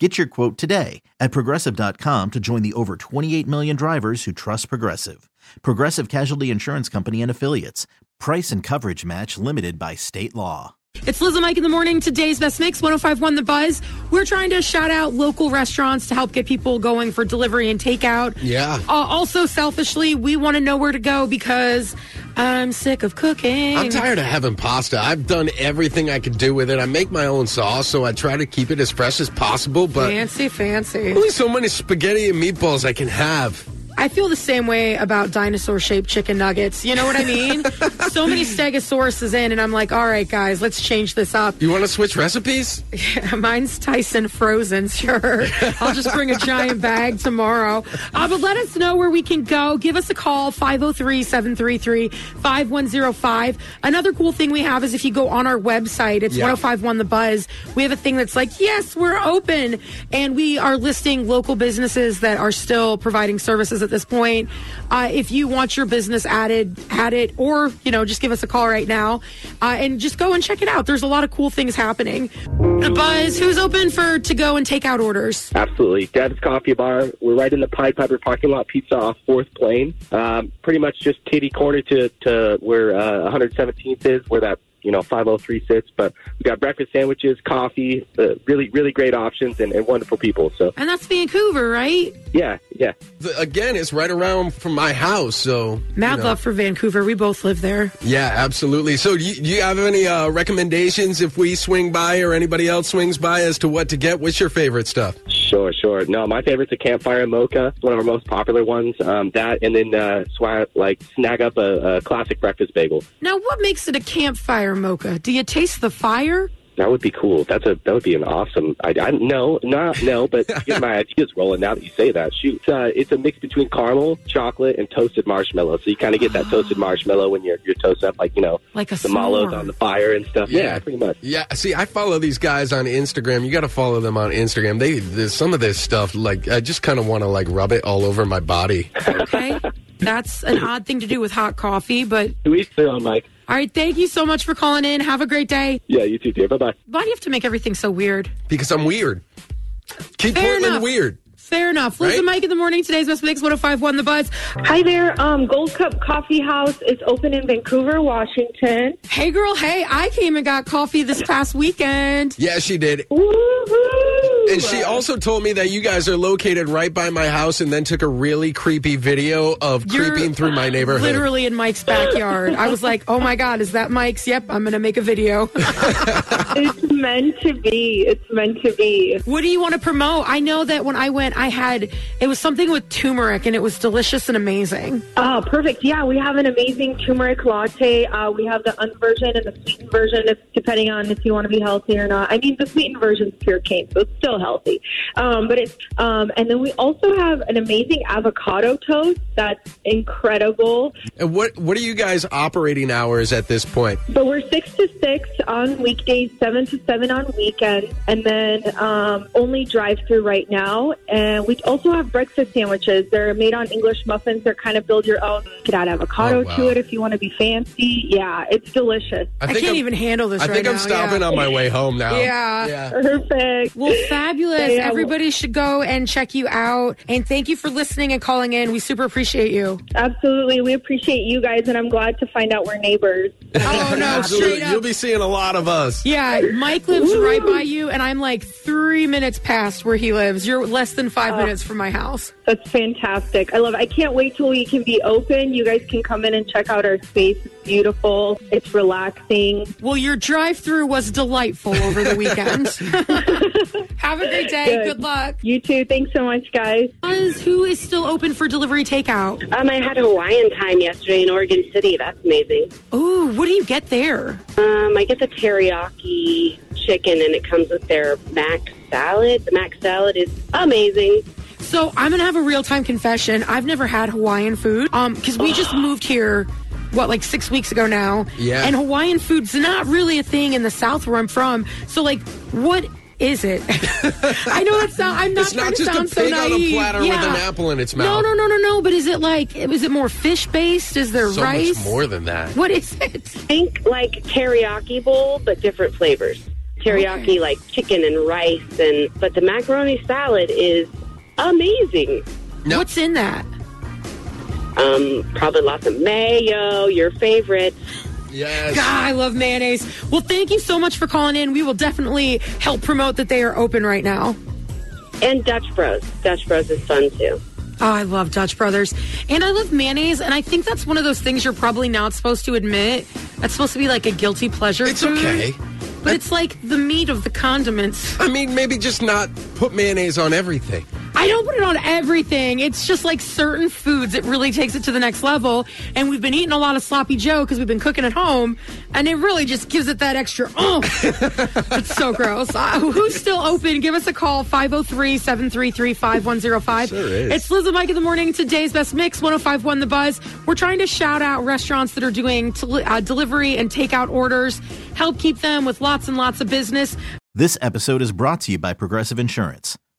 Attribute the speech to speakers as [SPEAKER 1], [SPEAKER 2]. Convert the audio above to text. [SPEAKER 1] Get your quote today at progressive.com to join the over 28 million drivers who trust Progressive. Progressive Casualty Insurance Company and Affiliates. Price and coverage match limited by state law.
[SPEAKER 2] It's Liz and Mike in the morning. Today's Best Mix 1051 The Buzz. We're trying to shout out local restaurants to help get people going for delivery and takeout.
[SPEAKER 3] Yeah.
[SPEAKER 2] Uh, also, selfishly, we want to know where to go because I'm sick of cooking.
[SPEAKER 3] I'm tired of having pasta. I've done everything I could do with it. I make my own sauce, so I try to keep it as fresh as possible, but
[SPEAKER 2] Fancy, fancy.
[SPEAKER 3] only so many spaghetti and meatballs I can have.
[SPEAKER 2] I feel the same way about dinosaur shaped chicken nuggets. You know what I mean? so many stegosauruses in, and I'm like, all right, guys, let's change this up.
[SPEAKER 3] You want to switch recipes?
[SPEAKER 2] Mine's Tyson frozen, sure. I'll just bring a giant bag tomorrow. Uh, but let us know where we can go. Give us a call, 503 733 5105. Another cool thing we have is if you go on our website, it's
[SPEAKER 3] Yeah.
[SPEAKER 2] 1051 The Buzz, we have a thing that's like, yes, we're open. And we are listing local businesses that are still providing services at this point. Uh, if you want your business added, add it, or, you know, just give us a call right now uh, and just go and check it out. There's a lot of cool things happening. The Buzz, who's open for to go and take out orders?
[SPEAKER 4] Absolutely. Dad's Coffee Bar. We're right in the Pied Piper parking lot, pizza off 4th Plain. Um, pretty much just kitty corner to, to where uh, 117th is, where that, you know, 503 sits. But we got breakfast sandwiches, coffee, uh, really, really great options and, and wonderful people. So,
[SPEAKER 2] And that's Vancouver, right?
[SPEAKER 4] yeah, yeah.
[SPEAKER 3] The- Again, it's right around from my house, so. you
[SPEAKER 2] Mad
[SPEAKER 3] know.
[SPEAKER 2] love for Vancouver. We both live there.
[SPEAKER 3] Yeah, absolutely. So, do you, do you have any uh, recommendations if we swing by or anybody else swings by as to what to get? What's your favorite stuff?
[SPEAKER 4] Sure, sure. No, my favorite's a campfire and mocha. It's one of our most popular ones. Um, that and then uh, swag, like snag up a, a classic breakfast bagel.
[SPEAKER 2] Now, what makes it a campfire mocha? Do you taste the fire?
[SPEAKER 4] That would be cool. That's a that would be an awesome. I, I no, not no, but you get my ideas rolling now that you say that. Shoot, uh, it's a mix between caramel, chocolate, and toasted marshmallow. So you kind of get that toasted marshmallow when you're you're toasting up, like you know,
[SPEAKER 2] Ah. Like a
[SPEAKER 4] the mallows
[SPEAKER 2] s'more.
[SPEAKER 4] on the fire and stuff. Yeah, pretty much.
[SPEAKER 3] Yeah, see, I follow these guys on Instagram. You got to follow them on Instagram. They there's some of this stuff like I just kind of want to like rub it all over my body.
[SPEAKER 2] Okay. that's an odd thing to do with hot coffee, but
[SPEAKER 4] Who eats their own, Mike?
[SPEAKER 2] all right. Thank you so much for calling in. Have a great day.
[SPEAKER 4] Yeah, you too, dear. Bye bye.
[SPEAKER 2] Why do you have to make everything so weird?
[SPEAKER 3] because I'm weird. Keep
[SPEAKER 2] Fair
[SPEAKER 3] Portland
[SPEAKER 2] enough.
[SPEAKER 3] weird.
[SPEAKER 2] Fair enough. Liz
[SPEAKER 3] Right?
[SPEAKER 2] and Mike in the morning. Today's Best Mix 1051 The Buzz.
[SPEAKER 5] Hi there. Um, Gold Cup Coffee House is open in Vancouver, Washington.
[SPEAKER 2] Hey, girl. Hey, I came and got coffee this past weekend.
[SPEAKER 3] Yeah, she did.
[SPEAKER 5] Woohoo!
[SPEAKER 3] And she also told me that you guys are located right by my house and then took a really creepy video of
[SPEAKER 2] You're
[SPEAKER 3] creeping through my neighborhood.
[SPEAKER 2] Literally in Mike's backyard. I was like, oh my God, is that Mike's? Yep, I'm going to make a video.
[SPEAKER 5] It's meant to be. It's meant to be.
[SPEAKER 2] what do you want to promote? I know that when I went, I had, it was something with turmeric and it was delicious and amazing.
[SPEAKER 5] Oh, perfect. Yeah, we have an amazing turmeric latte. Uh, we have the unversion and the sweetened version, if, depending on if you want to be healthy or not. I mean, the sweetened version's pure cane, so it's still healthy. Um, but it's um, and then we also have an amazing avocado toast that's incredible.
[SPEAKER 3] And what what are you guys operating hours at this point?
[SPEAKER 5] But we're six to six on weekdays, seven to seven on weekends, and then um, only drive through right now. And we also have breakfast sandwiches. They're made on English muffins. They're kind of build your own. You could add avocado
[SPEAKER 3] Oh, wow.
[SPEAKER 5] to it if you want to be fancy. Yeah, it's delicious.
[SPEAKER 2] I, can't
[SPEAKER 3] I'm-
[SPEAKER 2] even handle this
[SPEAKER 3] I
[SPEAKER 2] right
[SPEAKER 3] think I'm
[SPEAKER 2] now,
[SPEAKER 3] stopping
[SPEAKER 2] yeah.
[SPEAKER 3] on my way home now.
[SPEAKER 2] Yeah.
[SPEAKER 3] Yeah.
[SPEAKER 5] Perfect.
[SPEAKER 2] Well, fabulous.
[SPEAKER 5] Yeah.
[SPEAKER 2] Everybody should go and check you out. And thank you for listening and calling in. We super appreciate you.
[SPEAKER 5] Absolutely. We appreciate you guys, and I'm glad to find out we're neighbors.
[SPEAKER 2] Oh, no,
[SPEAKER 3] Absolutely.
[SPEAKER 2] straight up.
[SPEAKER 3] You'll be seeing a lot of us.
[SPEAKER 2] Yeah, Mike lives right by you, and I'm like three minutes past where he lives. You're less than five minutes from my house.
[SPEAKER 5] That's fantastic. I love it. I can't wait till we can be open. You guys can come in and check out our space. It's beautiful, it's relaxing.
[SPEAKER 2] Well, your drive through was delightful over the weekend. Have a great day. Good,
[SPEAKER 5] Good.
[SPEAKER 2] luck.
[SPEAKER 5] You too. Thanks so much, guys.
[SPEAKER 2] Guys, Who is still open for delivery takeout?
[SPEAKER 6] Um, I had Hawaiian time yesterday in Oregon City. That's amazing.
[SPEAKER 2] Ooh, what do you get there?
[SPEAKER 6] Um, I get the teriyaki chicken, and it comes with their mac salad. The mac salad is amazing.
[SPEAKER 2] So I'm gonna have a real time confession. I've never had Hawaiian food. Um, because we just moved here what like six weeks ago now.
[SPEAKER 3] Yeah.
[SPEAKER 2] And Hawaiian food's not really a thing in the South where I'm from. So like, what is it? I know that's not. I'm not
[SPEAKER 3] It's
[SPEAKER 2] trying
[SPEAKER 3] not
[SPEAKER 2] to
[SPEAKER 3] just a
[SPEAKER 2] sound so
[SPEAKER 3] pig on a
[SPEAKER 2] naive.
[SPEAKER 3] platter with
[SPEAKER 2] yeah.
[SPEAKER 3] an apple in its
[SPEAKER 2] No,
[SPEAKER 3] mouth.
[SPEAKER 2] no, no, no, no. But is it like? Is it more fish based? Is there
[SPEAKER 3] So
[SPEAKER 2] rice?
[SPEAKER 3] much more than that.
[SPEAKER 2] What is it?
[SPEAKER 6] Think like teriyaki bowl, but different flavors. Teriyaki
[SPEAKER 2] Okay.
[SPEAKER 6] like chicken and rice, and but the macaroni salad is amazing.
[SPEAKER 3] No.
[SPEAKER 2] What's in that?
[SPEAKER 6] Um, probably lots of mayo, your favorite.
[SPEAKER 3] Yes.
[SPEAKER 2] God, I love mayonnaise. Well, thank you so much for calling in. We will definitely help promote that they are open right now.
[SPEAKER 6] And Dutch Bros. Dutch Bros is fun too.
[SPEAKER 2] Oh, I love Dutch Brothers. And I love mayonnaise. And I think that's one of those things you're probably not supposed to admit. That's supposed to be like a guilty pleasure.
[SPEAKER 3] It's
[SPEAKER 2] food.
[SPEAKER 3] okay.
[SPEAKER 2] But it's like the meat of the condiments.
[SPEAKER 3] I mean, maybe just not put mayonnaise on everything.
[SPEAKER 2] I don't put it on everything. It's just like certain foods. It really takes it to the next level. And we've been eating a lot of sloppy Joe because we've been cooking at home. And it really just gives it that extra oomph. it's so gross. Uh, who's still open? Give us a call 503 733 5105.
[SPEAKER 3] Sure is.
[SPEAKER 2] It's Liz and Mike in the morning. Today's best mix 1051 The Buzz. We're trying to shout out restaurants that are doing tel- uh, delivery and takeout orders, help keep them with lots and lots of business.
[SPEAKER 1] This episode is brought to you by Progressive Insurance.